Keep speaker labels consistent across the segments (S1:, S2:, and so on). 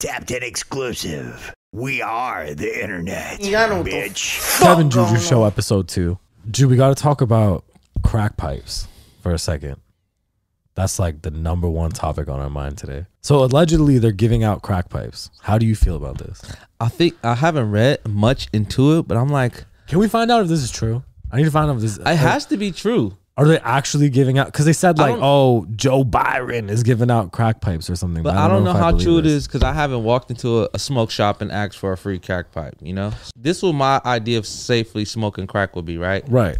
S1: Tapped in exclusive. We are the internet.
S2: Yeah, I don't know what the
S1: bitch.
S2: Fuck
S3: Kevin
S2: going
S3: Juju
S2: on.
S3: Show episode two. Ju, we got to talk about crack pipes for a second. That's like the number one topic on our mind today. So allegedly, they're giving out crack pipes. How do you feel about this?
S4: I think I haven't read much into it, but I'm like,
S3: Can we find out if this is true? I need to find out if this.
S4: it has to be true.
S3: Are they actually giving out? Because they said
S4: I
S3: like,
S4: don't-
S3: oh, Joe Byron is giving out crack pipes or something.
S4: But I don't, know,
S3: if
S4: how
S3: believe
S4: true it
S3: this.
S4: is because I haven't walked into a, a smoke shop and asked for a free crack pipe. You know, this was my idea of safely smoking crack would be right.
S3: Right.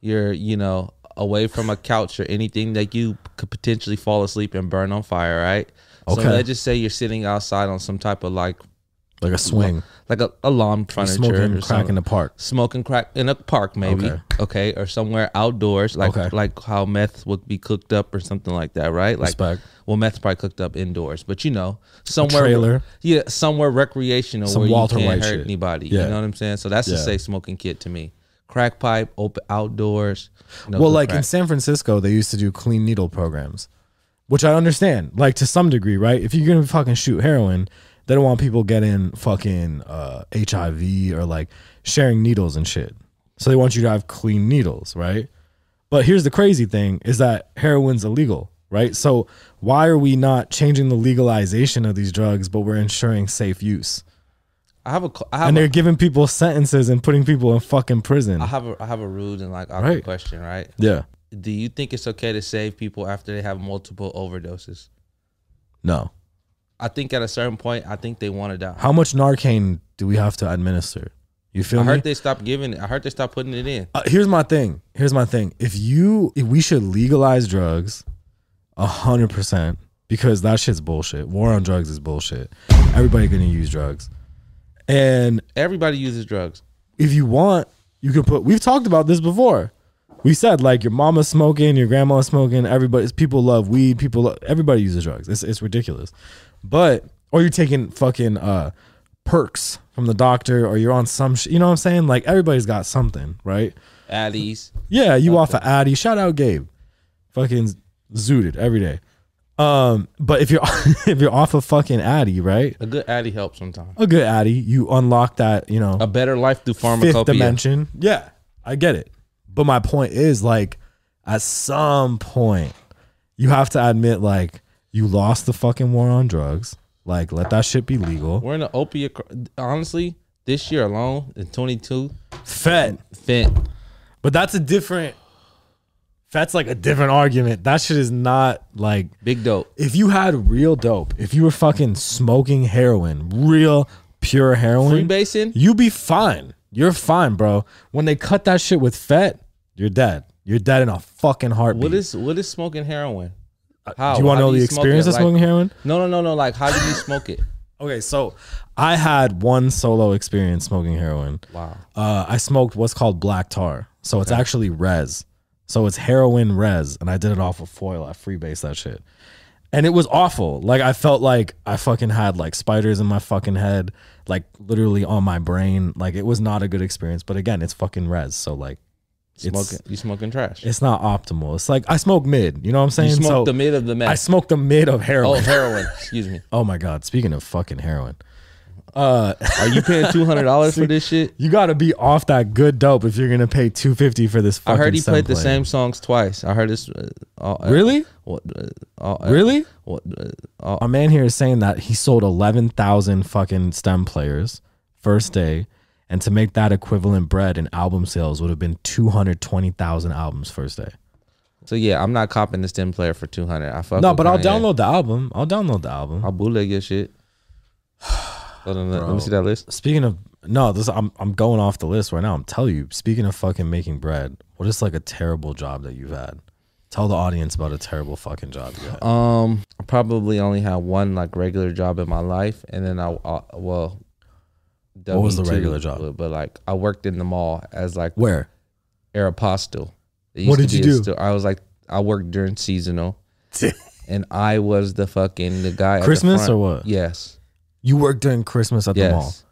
S4: You're you know away from a couch or anything that you could potentially fall asleep and burn on fire. Right.
S3: Okay.
S4: So let's just say you're sitting outside on some type of like
S3: Like a swing.
S4: like a, a lawn furniture
S3: Smoking
S4: or
S3: crack in
S4: something.
S3: the park.
S4: smoking crack in a park maybe
S3: Okay.
S4: okay, or somewhere outdoors like
S3: Okay.
S4: like how meth would be cooked up or something like that right like
S3: Respect.
S4: well meth's probably cooked up indoors but you know somewhere
S3: trailer.
S4: yeah somewhere recreational
S3: Some
S4: where
S3: Walter
S4: you can't
S3: White
S4: hurt
S3: shit.
S4: anybody
S3: Yeah.
S4: you know what i'm saying so that's
S3: Yeah.
S4: the safe smoking kit to me crack pipe open outdoors you know,
S3: well,
S4: good
S3: like in
S4: crack.
S3: San Francisco, they used to do clean needle programs, which I understand, like to some degree, right? If you're gonna fucking shoot heroin, they don't want people getting fucking uh, HIV or like sharing needles and shit. So they want you to have clean needles, right? But here's the crazy thing: is that heroin's illegal, right? So why are we not changing the legalization of these drugs, but we're ensuring safe use?
S4: i have a cl- i have
S3: And
S4: a,
S3: they're giving people sentences and putting people in fucking prison.
S4: I have a i have a rude and like awkward
S3: Right.
S4: question right
S3: Yeah.
S4: do you think it's okay to save people after they have multiple overdoses
S3: No.
S4: i think at a certain point i think they want to die
S3: How much Narcan do we have to administer? You feel
S4: I
S3: me?
S4: heard they stopped giving it. I heard they stopped putting it in.
S3: Uh, here's my thing. Here's my thing. If you, if we should legalize drugs, a hundred percent, because that shit's bullshit. War on drugs is bullshit. Everybody gonna use drugs, and
S4: Everybody uses drugs.
S3: if you want, you can put. We've talked about this before. We said like your mama's smoking, your grandma's smoking. Everybody's people love weed. People, lo- everybody uses drugs. It's it's ridiculous. But or you're taking fucking uh perks from the doctor, or you're on some. Sh- you know what I'm saying? Like everybody's got something, right?
S4: Addies.
S3: Yeah, you off of Addy. Shout out Gabe. Fucking zooted every day. Um, but if you're if you're off of fucking Addy, right?
S4: A good addy helps sometimes.
S3: A good Addy, you unlock that. You know,
S4: A better life through
S3: fifth
S4: pharmacopoeia.
S3: dimension. Yeah, I get it. But my point is like at some point you have to admit like you lost the fucking war on drugs. Like let that shit be legal.
S4: We're in an opiate. cr- Honestly, this year alone in 22,
S3: Fed.
S4: fent.
S3: But that's a different that's like a different argument. That shit is not like
S4: Big dope.
S3: if you had real dope, if you were fucking smoking heroin, real pure heroin,
S4: Freebasing?
S3: you be fine. You're fine, bro. When they cut that shit with fat, you're dead. You're dead in a fucking heartbeat.
S4: What is what is smoking heroin? How?
S3: Uh, Do you want to
S4: How
S3: know the
S4: smoke it?
S3: experience of
S4: Like-
S3: smoking heroin?
S4: No, no, no, no. Like, how do you smoke it?
S3: Okay, so I had one solo experience smoking heroin.
S4: Wow.
S3: Uh, I smoked what's called black tar. So it's actually res. So it's heroin res. And I did it off of foil. I freebase that shit. And it was awful. Like I felt like I fucking had like spiders in my fucking head, like literally on my brain. Like it was not a good experience. But again, it's fucking res. So like
S4: Smoking. You smoking trash.
S3: it's not optimal. It's like I smoke mid. You know what I'm saying?
S4: You smoke
S3: so
S4: the mid of the
S3: I
S4: meth.
S3: smoked the mid of
S4: oh,
S3: heroin.
S4: heroin. Excuse me.
S3: Oh my god. Speaking of fucking heroin. Uh
S4: Are you paying $200 for this shit?
S3: You gotta be off that good dope if you're gonna pay two fifty for this.
S4: I
S3: Fucking
S4: heard he played the
S3: Sunplay.
S4: same songs twice. I heard this. Uh, all, uh,
S3: Really?
S4: What, uh, all, uh,
S3: Really?
S4: What, uh, all,
S3: A man here is saying that he sold eleven thousand fucking stem players first day, and to make that equivalent bread in album sales would have been two hundred twenty thousand albums first day.
S4: so yeah, I'm not copping the stem player for 200. I fuck
S3: No,
S4: with
S3: but I'll
S4: Kanye.
S3: download the album. I'll download the album.
S4: I'll bootleg your shit. Hold on, let, let
S3: Bro.
S4: me see that list.
S3: Speaking of no, this I'm I'm going off the list right now. I'm telling you. Speaking of fucking making bread, what is like a terrible job that you've had? Tell the audience about a terrible fucking job you had.
S4: Um, I probably only had one like regular job in my life, and then I, I well,
S3: What was the
S4: W2,
S3: regular job?
S4: But, but, like, I worked in the mall as like
S3: Where?
S4: Aeropostale. It
S3: What
S4: used
S3: did
S4: to be
S3: you
S4: a
S3: do?
S4: store- I was like, I worked during seasonal, and I was the fucking the guy. at the
S3: Christmas
S4: front.
S3: or what?
S4: Yes.
S3: You worked during Christmas at the mall.
S4: Yes.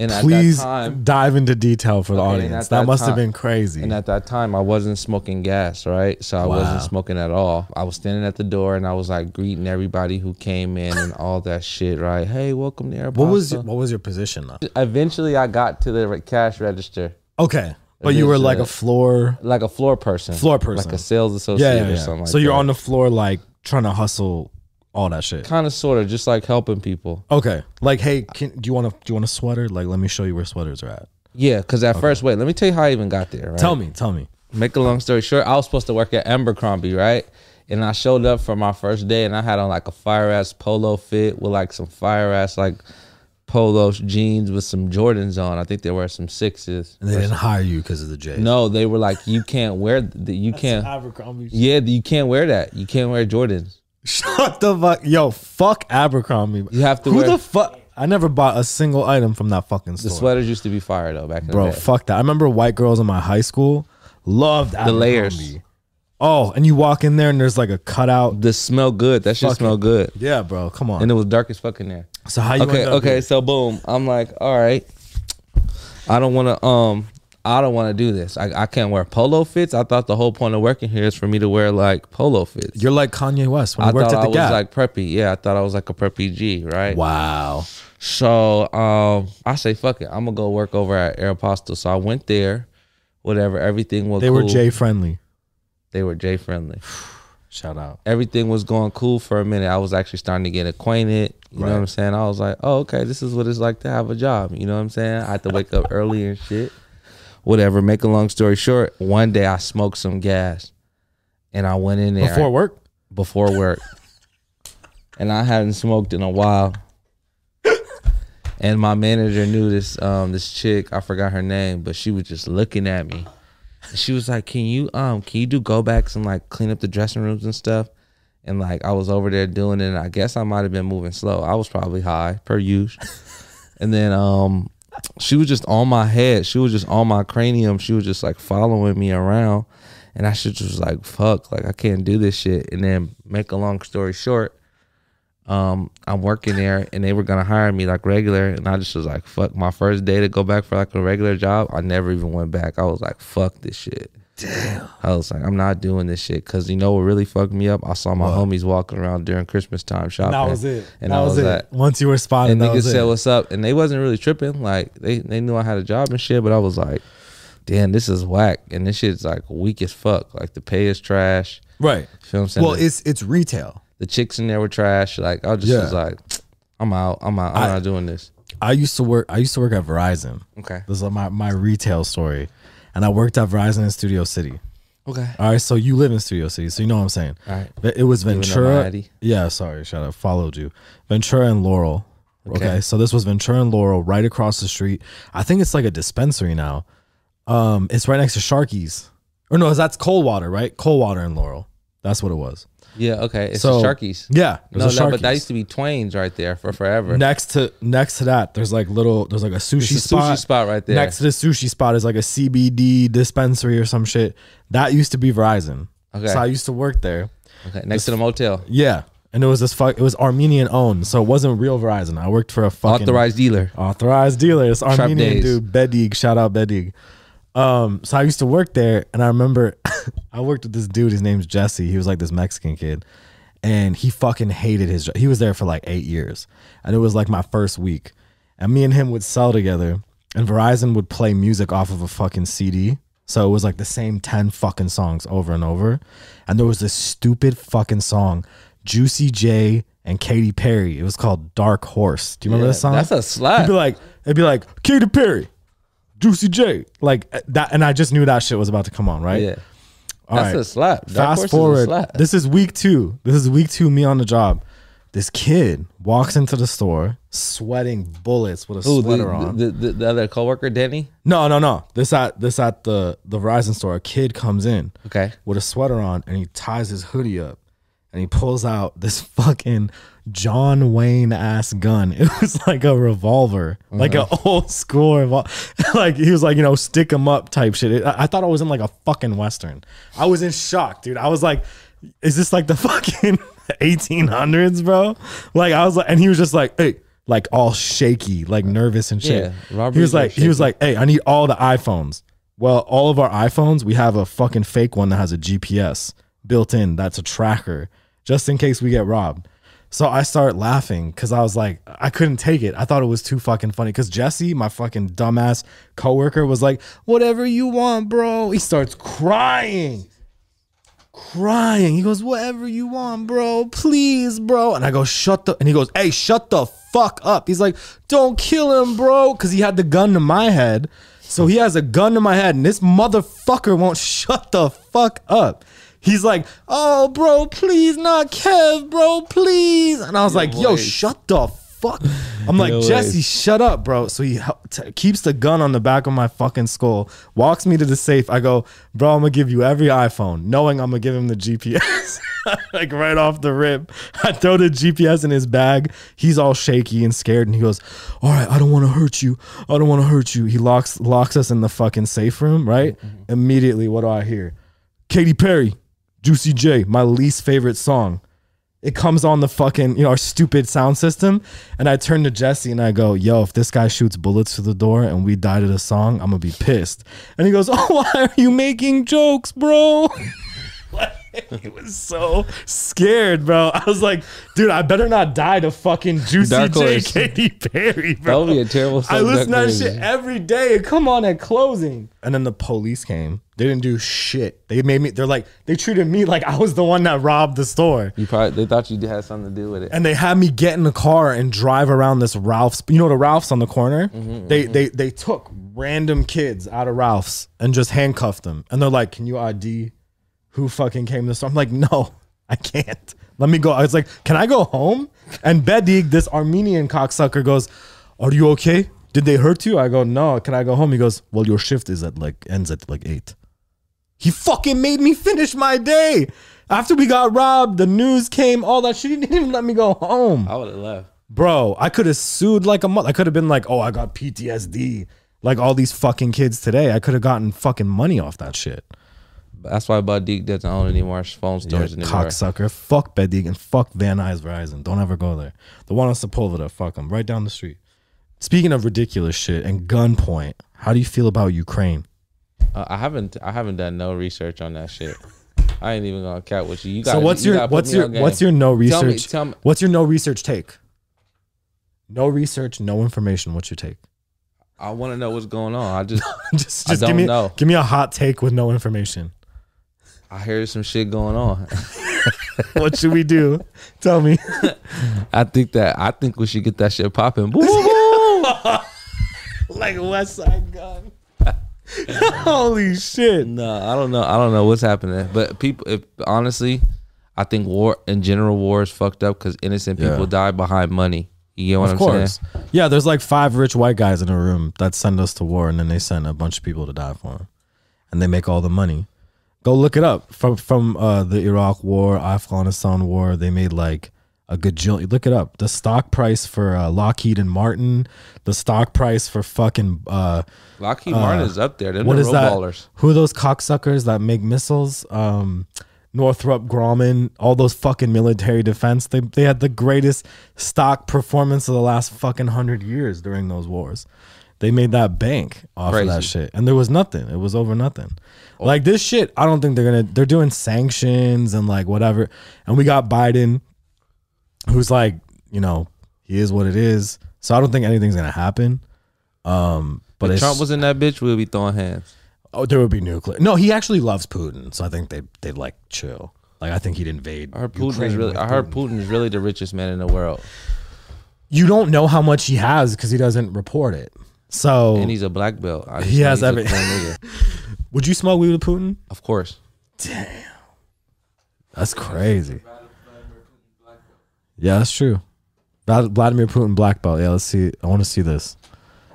S4: And
S3: Please
S4: at that time,
S3: dive into detail for the
S4: Okay, and
S3: audience.
S4: at
S3: That,
S4: that
S3: must have
S4: time-
S3: been crazy.
S4: and at that time, I wasn't smoking gas, right? So I wasn't
S3: Wow.
S4: smoking at all. I was standing at the door and I was like greeting everybody who came in and all that shit, right? Hey, welcome to Air
S3: what was
S4: Pasta.
S3: what was your position though?
S4: Eventually, I got to the re- cash register,
S3: Okay, but you were
S4: Eventually.
S3: like a floor.
S4: like a floor person,
S3: Floor
S4: like
S3: person.
S4: a sales
S3: Yeah,
S4: associate
S3: yeah,
S4: or
S3: yeah.
S4: something. Like
S3: so you're
S4: that.
S3: on the floor like trying to hustle all that shit.
S4: kind of sort of just like helping people.
S3: Okay, like hey, can, do you want to do you want a sweater? Like let me show you where sweaters are at.
S4: Yeah, because at first, wait, let me tell you how I even got there. Right?
S3: Tell me, tell me.
S4: Make a long story short, I was supposed to work at Abercrombie, right? And I showed up for my first day, and I had on like a fire ass polo fit with like some fire ass like polo jeans with some Jordans on. I think they were some sixes.
S3: And they didn't hire you because of the J.
S4: No, they were like, you can't wear the, you can't.
S3: Abercrombie.
S4: Yeah, you can't wear that. You can't wear Jordans.
S3: Shut the fuck, yo, fuck Abercrombie.
S4: You have to
S3: Who
S4: wear
S3: the fuck? I never bought a single item from that fucking
S4: the
S3: store.
S4: sweaters. Used to be fire though back in
S3: Bro,
S4: the day.
S3: fuck that. I remember white girls in my high school loved
S4: The layers,
S3: Abercrombie. Oh, and you walk in there and there's like a cutout.
S4: the smell good. That shit
S3: Fuck it.
S4: smell good.
S3: Yeah, bro, come on.
S4: And it was dark as fuck in there.
S3: so how you
S4: okay
S3: end up
S4: okay
S3: here?
S4: so boom i'm like all right i don't want to um i don't want to do this I, I can't wear polo fits i thought the whole point of working here is for me to wear like polo fits
S3: You're like Kanye West when
S4: i
S3: he worked
S4: thought
S3: at
S4: i
S3: the
S4: was
S3: Gap.
S4: like preppy yeah i thought i was like a preppy g right
S3: wow.
S4: so um i say fuck it i'm gonna go work over at aeropostale so i went there whatever everything was
S3: They were
S4: cool.
S3: J friendly.
S4: they were j friendly
S3: Shout out.
S4: everything was going cool for a minute. I was actually starting to get acquainted. You know what I'm saying? I was like, oh, okay, this is what it's like to have a job. You know what I'm saying? I had to wake up early and shit. Whatever. Make a long story short, one day I smoked some gas and I went in there
S3: Before work?
S4: before work. and I hadn't smoked in a while. And my manager knew this um this chick, I forgot her name, but she was just looking at me. And she was like, Can you um can you do go backs and like clean up the dressing rooms and stuff? And like I was over there doing it and I guess I might have been moving slow. I was probably high per usual. and then um she was just on my head. She was just on my cranium. She was just like following me around. And I should just was like, fuck, like I can't do this shit. And then make a long story short, um, I'm working there and they were gonna hire me like regular. And I just was like, fuck, my first day to go back for like a regular job, I never even went back. I was like, fuck this shit. Damn. I was like, I'm not doing this shit. Cause you know what really fucked me up? I saw my homies walking around during Christmas time shopping. And I was, like,
S3: Once you were spotted,
S4: and
S3: that
S4: niggas
S3: was
S4: said
S3: it.
S4: what's up and they wasn't really tripping like they, they knew i had a job and shit but i was like damn this is whack and this shit's like weak as fuck like the pay is trash
S3: Right.
S4: you know what i'm saying
S3: Well,
S4: the,
S3: it's it's retail.
S4: the chicks in there were trash like i just
S3: Yeah.
S4: was like i'm out i'm out i'm not doing this
S3: I used to work. I used to work at Verizon.
S4: okay
S3: This is my my retail story, and I worked at Verizon in Studio City.
S4: okay
S3: All right, so you live in Studio City, so you know what I'm saying.
S4: all right
S3: But It was
S4: though my
S3: Ventura.
S4: ID-
S3: Yeah, sorry, shout out. Followed you, Ventura and Laurel. Okay.
S4: Okay.
S3: so this was Ventura and Laurel, right across the street. I think it's like a dispensary now. Um, it's right next to Sharky's, or no, that's Coldwater, right? Coldwater and Laurel. That's what it was.
S4: yeah okay it's
S3: So-
S4: the sharkies
S3: Yeah, it was
S4: no,
S3: a
S4: no but that
S3: Sharky's.
S4: used to be twains right there for forever
S3: next to next to that, there's like little, there's like a
S4: it's
S3: sushi
S4: a
S3: spot.
S4: sushi spot right there
S3: Next to the sushi spot is like a CBD dispensary or some shit. That used to be Verizon.
S4: Okay.
S3: So I used to work there.
S4: okay next to the motel
S3: Yeah. And it was this fuck. It was Armenian owned, so it wasn't real Verizon. I worked for a fucking
S4: authorized dealer
S3: authorized dealer. This Armenian
S4: days.
S3: dude, Bedig. Shout out Bedig. Um, so I used to work there, and I remember I worked with this dude. His name's Jesse. He was like this Mexican kid, and he fucking hated his. jo- He was there for like eight years, and it was like my first week. And me and him would sell together, and Verizon would play music off of a fucking CD. So it was like the same ten fucking songs over and over, and there was this stupid fucking song, Juicy J and Katy Perry. It was called Dark Horse. Do you remember this song?
S4: that's a slap.
S3: It'd be like it'd be like Katy Perry, Juicy J, like uh, that, and I just knew that shit was about to come on, right?
S4: yeah
S3: All
S4: that's
S3: right.
S4: a slap Dark Horse
S3: Fast
S4: is a
S3: forward.
S4: slap.
S3: This is week two. This is week two. Me on the job. This kid walks into the store, sweating bullets with a
S4: Who,
S3: sweater
S4: the,
S3: on.
S4: The, the, the other coworker, Danny.
S3: no, no, no. This at this at the the Verizon store. A kid comes in
S4: Okay.
S3: with a sweater on, and he ties his hoodie up, and he pulls out this fucking John Wayne ass gun. It was like a revolver, like an old school revolver. like he was like, you know, stick 'em up type shit. It, I, I thought I was in like a fucking western. I was in shock, dude. I was like, is this like the fucking 1800s, bro? Like I was like, and he was just like, hey. like all shaky, like nervous and shit.
S4: Yeah, Robert
S3: he was
S4: was all
S3: like, he was
S4: shaky.
S3: like, hey, I need all the iPhones. Well, all of our iPhones, we have a fucking fake one that has a GPS built in. That's a tracker, just in case we get robbed. So I start laughing because I was like, I couldn't take it. I thought it was too fucking funny. Because Jesse, my fucking dumbass coworker, was like, "Whatever you want, bro." He starts crying crying. He goes, "Whatever you want, bro. Please, bro." And I go, "Shut the." And he goes, "Hey, shut the fuck up." He's like, "Don't kill him, bro," because he had the gun to my head. So he has a gun to my head, and this motherfucker won't shut the fuck up. He's like, "Oh, bro, please, not Kev, bro, please." And I was like, "Yo,
S4: voice.
S3: shut the." Fuck. I'm like,
S4: Yo,
S3: Jesse, shut up, bro. So he hel- t- keeps the gun on the back of my fucking skull, walks me to the safe. I go, bro, I'm gonna give you every iPhone, knowing I'm gonna give him the GPS, like right off the rip. I throw the GPS in his bag. He's all shaky and scared, and he goes, "All right, I don't want to hurt you. I don't want to hurt you." He locks locks us in the fucking safe room. Right immediately, what do I hear? Katy Perry, Juicy J, my least favorite song it comes on the fucking you know our stupid sound system and i turn to jesse and i go yo if this guy shoots bullets to the door and we die to the song i'm gonna be pissed and he goes oh why are you making jokes bro he was so scared bro i was like dude i better not die to fucking juicy
S4: Dark
S3: j
S4: Horse.
S3: katy perry
S4: That
S3: bro
S4: would be a terrible song.
S3: I listen to that
S4: decoration.
S3: shit every day. It Come on at closing. And then the police came. They didn't do shit. They made me, they're like, they treated me like I was the one that robbed the store
S4: You probably they thought you had something to do with it.
S3: and they had me get in the car and drive around this Ralph's. You know the Ralph's on the corner.
S4: Mm-hmm,
S3: they they they took random kids out of Ralph's and just handcuffed them. And they're like, "Can you ID who fucking came this?" I'm like, "No, I can't. Let me go." I was like, "Can I go home?" And Bedig, this Armenian cocksucker, goes, "Are you okay? Did they hurt you?" I go, "No. Can I go home?" He goes, "Well, your shift is at like ends at like eight. He fucking made me finish my day. After we got robbed, the news came, all that shit. He didn't even let me go home.
S4: I would have left.
S3: Bro, I could have sued like a month. I could have been like, oh, I got PTSD. Like all these fucking kids today. I could have gotten fucking money off that shit.
S4: That's why Badik doesn't own any more phone stores
S3: Yeah,
S4: anymore.
S3: cocksucker. Fuck Bedig and fuck Van Nuys Verizon. Don't ever go there. The one on Sepulveda, fuck them. Right down the street. Speaking of ridiculous shit and gunpoint, how do you feel about Ukraine?
S4: Uh, I haven't I haven't done no research on that shit. I ain't even gonna cap with you. You got
S3: So what's your what's your what's your no
S4: Tell me-
S3: research?
S4: tell me-
S3: What's your no research take? No research, no information. What's your take?
S4: I want to know what's going on. I just
S3: just
S4: I
S3: just give
S4: don't
S3: me
S4: know.
S3: give me a hot take with no information.
S4: I hear some shit going on.
S3: What should we do? Tell me.
S4: I think that I think we should get that shit popping. Woo, woo, woo.
S3: like West Side Gun. Holy shit!
S4: no, I don't know. I don't know what's happening. But people, if, honestly, I think war in general war is fucked up because innocent people die behind money. You get what
S3: Of
S4: I'm
S3: course.
S4: saying?
S3: Yeah, there's like five rich white guys in a room that send us to war, and then they send a bunch of people to die for them, and they make all the money. Go look it up from from uh, the Iraq War, Afghanistan War. They made like a gajillion. Look it up. The stock price for uh, Lockheed and Martin, the stock price for fucking uh,
S4: Lockheed Martin is up there. They're
S3: what
S4: the
S3: is
S4: road
S3: that?
S4: ballers.
S3: Who are those cocksuckers that make missiles? Um, Northrop Grumman, all those fucking military defense. They they had the greatest stock performance of the last fucking hundred years during those wars. They made that bank off
S4: Crazy. Oh.
S3: of that shit, and there was nothing. It was over nothing. Like this shit, I don't think they're gonna. They're doing sanctions and like whatever. And we got Biden who's like, you know, he is what it is. So I don't think anything's gonna happen. Um, but
S4: If
S3: it's,
S4: Trump was in that bitch, we'll be throwing hands.
S3: oh, there would be nuclear. No, he actually loves Putin, so I think they they'd like chill. Like I think he'd invade.
S4: I heard Putin
S3: Ukraine
S4: is really.
S3: with
S4: I heard Putin is really the richest man in the world,
S3: You don't know how much he has because he doesn't report it. So
S4: and he's a black belt. I just
S3: He
S4: know
S3: has
S4: he's a
S3: everything.
S4: cool nigga.
S3: would you smoke weed with Putin?
S4: Of course,
S3: That's crazy. Yeah, that's true. Vlad- Vladimir Putin black belt. Yeah, let's see. I want to see this.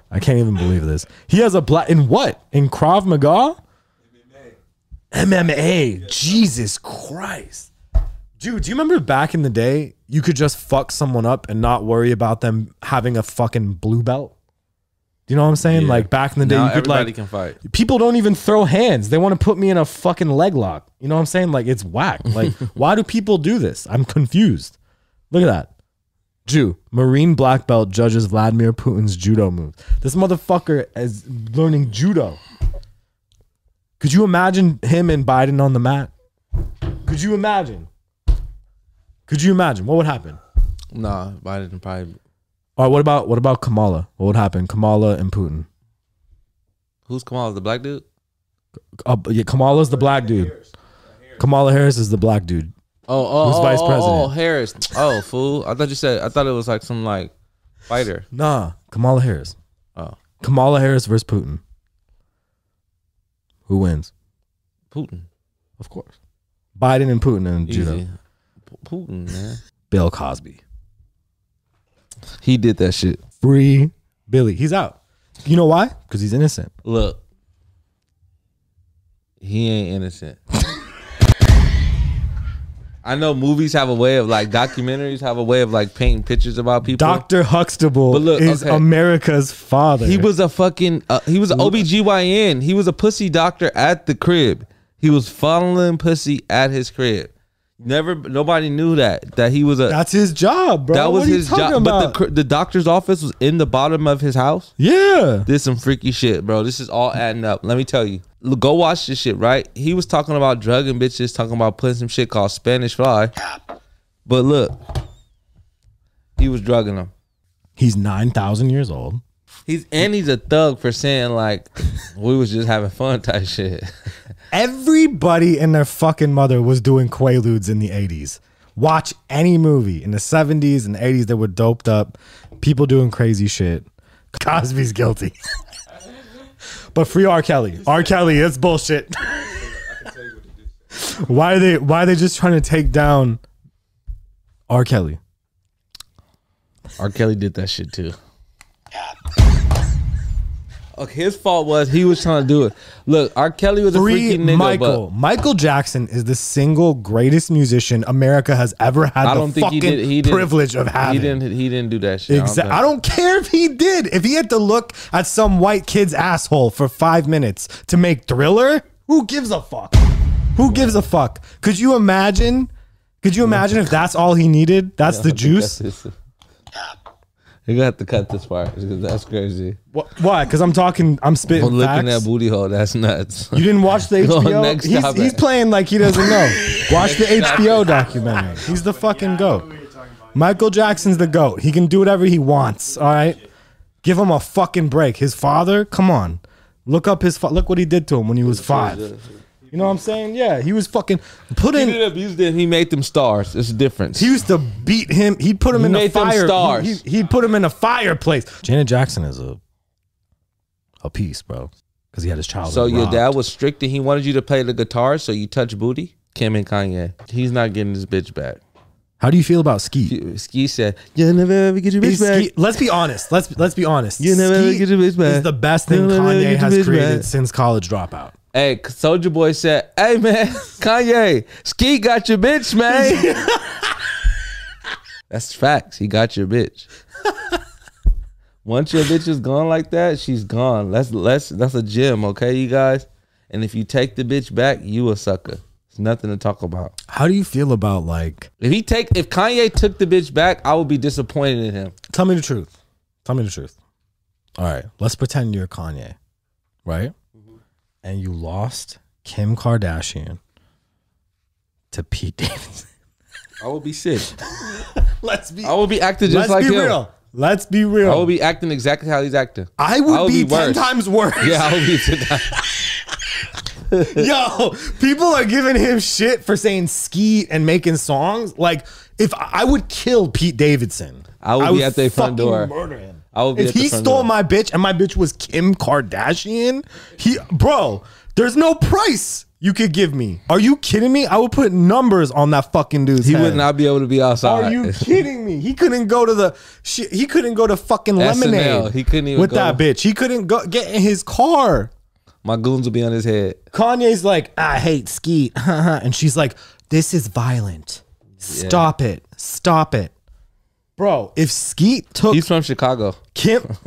S3: I can't even believe this. He has a black in what? In Krav Maga? MMA. Jesus Christ. Dude, do you remember back in the day you could just fuck someone up and not worry about them having a fucking blue belt? Do you know what I'm saying? Like back in the day
S4: now
S3: you could
S4: everybody
S3: like
S4: can fight.
S3: people don't even throw hands. They want to put me in a fucking leg lock. You know what I'm saying? Like it's whack. Like why do people do this? I'm confused. Look at that. Jew, Marine black belt judges Vladimir Putin's judo move. This motherfucker is learning judo. Could you imagine him and Biden on the mat? Could you imagine? Could you imagine what would happen?
S4: Nah, Biden probably.
S3: All right, what about what about Kamala? What would happen? Kamala and Putin.
S4: Who's Kamala? The black dude?
S3: Uh, yeah, Kamala's the black dude. Kamala Harris is the black dude.
S4: Oh, oh,
S3: Who's
S4: oh,
S3: vice
S4: oh, Oh,
S3: president?
S4: Harris. Oh, fool. I thought you said. I thought it was like some like fighter.
S3: Nah, Kamala Harris.
S4: Oh,
S3: Kamala Harris versus Putin. Who wins?
S4: Putin.
S3: Of course. Biden and Putin and
S4: Easy.
S3: judo.
S4: P- Putin, man.
S3: Bill Cosby.
S4: He did that shit.
S3: Free Billy. He's out. You know why? Because he's innocent.
S4: Look, he ain't innocent. I know movies have a way of like documentaries have a way of like painting pictures about people.
S3: Dr. Huxtable
S4: But look,
S3: is
S4: okay.
S3: America's father.
S4: He was a fucking uh, he was an OBGYN. He was a pussy doctor at the crib. He was fondling pussy at his crib. Never nobody knew that that he was a
S3: That's his job, bro.
S4: that was
S3: What are you
S4: his
S3: talking
S4: job. But
S3: about?
S4: the cr- the doctor's office was in the bottom of his house.
S3: yeah.
S4: This some freaky shit, bro. This is all adding up. Let me tell you. Look, Go watch this shit, right? He was talking about drugging bitches, talking about putting some shit called Spanish fly. But look, he was drugging them.
S3: He's 9,000 years old.
S4: He's and he's a thug for saying like we was just having fun type shit.
S3: Everybody and their fucking mother was doing Quaaludes in the 80s. Watch any movie in the 70s and 80s that were doped up, people doing crazy shit. Cosby's guilty. but free R. Kelly. R. Kelly, that's bullshit. why are they why are they just trying to take down R. Kelly?
S4: R. Kelly did that shit too. Okay, his fault was he was trying to do it. Look, R. Kelly was a
S3: Free
S4: freaking nigga,
S3: Michael. Michael Jackson is the single greatest musician America has ever had
S4: but I
S3: the
S4: don't think he
S3: fucking
S4: did. He didn't,
S3: privilege of having.
S4: He didn't. He didn't do that shit. I don't
S3: Exactly.
S4: think-
S3: I don't care if he did. If he had to look at some white kid's asshole for five minutes to make Thriller, who gives a fuck? Who gives a fuck? Could you imagine? Could you imagine if that's all he needed? That's the juice.
S4: You got to cut this part because that's crazy.
S3: Wh- Why? Because I'm talking. I'm
S4: I'm
S3: spitting
S4: looking at
S3: facts.
S4: booty hole. That's nuts.
S3: You didn't watch the
S4: Go on,
S3: HBO.
S4: next
S3: He's,
S4: topic.
S3: he's playing like he doesn't know. Watch the HBO documentary. He's the fucking goat. Michael Jackson's the goat. He can do whatever he wants. All right, give him a fucking break. His father, come on, look up his fa- look what he did to him when he was five. You know what I'm saying? Yeah, he was fucking put
S4: He
S3: in.
S4: didn't abuse them. He made them stars. It's a difference.
S3: He used to beat him. He'd put him
S4: He
S3: in a
S4: made them
S3: fire. he-
S4: stars.
S3: He, he'd put him in a fireplace. Janet Jackson is a a piece, bro, because he had his childhood.
S4: so your
S3: robbed.
S4: dad was strict and he wanted you to play the guitar, so you touch booty. Kim and Kanye. He's not getting his bitch back.
S3: How do you feel about Skeet?
S4: Ski said, "You'll never ever get your bitch
S3: Is
S4: back."
S3: Ski- let's be honest. Let's let's be honest.
S4: You never
S3: Skeet
S4: get your bitch back.
S3: Is the best thing
S4: You never get
S3: Kanye
S4: your
S3: has
S4: bitch
S3: created
S4: back.
S3: since College Dropout.
S4: Hey, Soldier Boy said, "Hey man, Kanye, Ski got your bitch, man." That's facts. He got your bitch. Once your bitch is gone like that, she's gone. That's that's that's a gem, okay, you guys. And if you take the bitch back, you a sucker. It's nothing to talk about.
S3: How do you feel about like?
S4: If he take, if Kanye took the bitch back, I would be disappointed in him.
S3: Tell me the truth. Tell me the truth. All right, let's pretend you're Kanye, right?
S4: Mm-hmm.
S3: And you lost Kim Kardashian to Pete Davidson.
S4: I would be sick.
S3: let's be
S4: I would be acting
S3: let's
S4: just like
S3: be
S4: him.
S3: real. Let's be
S4: I
S3: real.
S4: would be acting exactly how he's acting.
S3: I would
S4: I would
S3: be,
S4: be
S3: ten
S4: worse.
S3: times worse.
S4: Yeah, I would be.
S3: Yo, people are giving him shit for saying skeet and making songs. Like, if I would kill Pete Davidson,
S4: I would be at their front
S3: fucking
S4: door.
S3: Murder him.
S4: I would be
S3: if
S4: at the
S3: he
S4: front
S3: stole
S4: door.
S3: my bitch and my bitch was Kim Kardashian, he bro, there's no price you could give me. Are you kidding me? I would put numbers on that fucking dude's
S4: He
S3: head.
S4: would not be able to be outside.
S3: Are you kidding me? He couldn't go to the shit. He couldn't go to fucking lemonade.
S4: He couldn't even
S3: with
S4: go.
S3: that bitch. He couldn't go get in his car.
S4: My goons will be on his head.
S3: Kanye's like, I hate Skeet. and she's like, this is violent. Stop it. Stop it. Bro, if Skeet took
S4: He's from Chicago.
S3: Kim,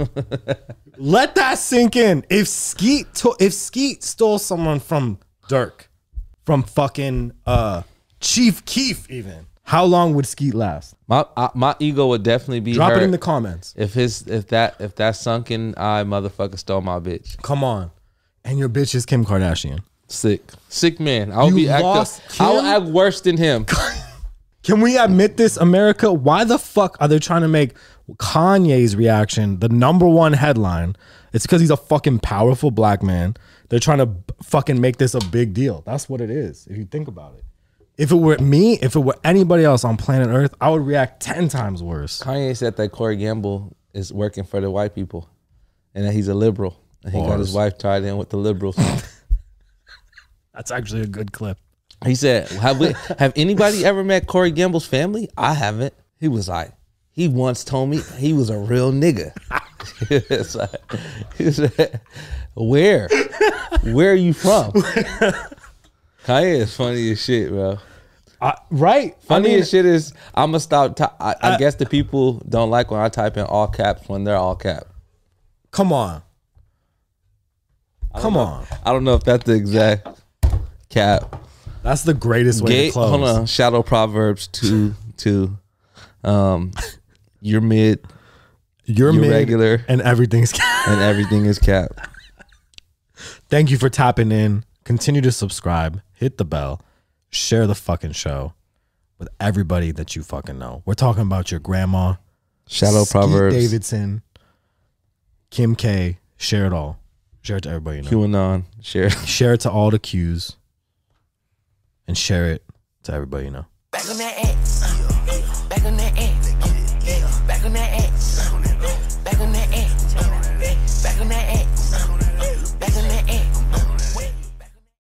S3: let that sink in. If Skeet took, if Skeet stole someone from Dirk, from fucking uh Chief Keef, even How long would Skeet last?
S4: My I, my ego would definitely be
S3: Drop
S4: hurt
S3: it in the comments.
S4: if his if that if that sunken eye motherfucker stole my bitch.
S3: Come on. And your bitch is Kim Kardashian.
S4: Sick, sick man. I would
S3: You
S4: be act.
S3: lost
S4: I would
S3: Kim?
S4: act worse than him.
S3: Can we admit this, America? Why the fuck are they trying to make Kanye's reaction the number one headline? It's because he's a fucking powerful black man. They're trying to b- fucking make this a big deal. That's what it is, if you think about it. If it were me, if it were anybody else on planet Earth, I would react 10 times worse.
S4: Kanye said that Corey Gamble is working for the white people, and that he's a liberal. And he got his wife tied in with the liberals.
S3: That's actually a good clip.
S4: he said, "Have we, have anybody ever met Corey Gamble's family? I haven't." He was like, he once told me he was a real nigga. It's like- he said, "Where, where are you from?" Kanye is funny as shit, bro.
S3: I, right?
S4: Funny
S3: I mean,
S4: as shit is I'm gonna stop. Ty- I, I guess the people don't like when I type in all caps when they're all cap.
S3: come on. Come on.
S4: I don't know if that's the exact cap.
S3: That's the greatest way
S4: Gay,
S3: to close.
S4: hold on. Shadow Proverbs two two. Um, you're mid
S3: You're,
S4: You're
S3: mid
S4: regular.
S3: And everything's.
S4: and everything is cap.
S3: Thank you for tapping in. Continue to subscribe, hit the bell, share the fucking show with everybody that you fucking know. We're talking about your grandma,
S4: Shadow
S3: Skeet
S4: Proverbs.
S3: Davidson, Kim K. Share it all. Share it to everybody you know.
S4: QAnon. Share.
S3: Share it to all the Qs, and share it to everybody you know.
S2: Back on that X.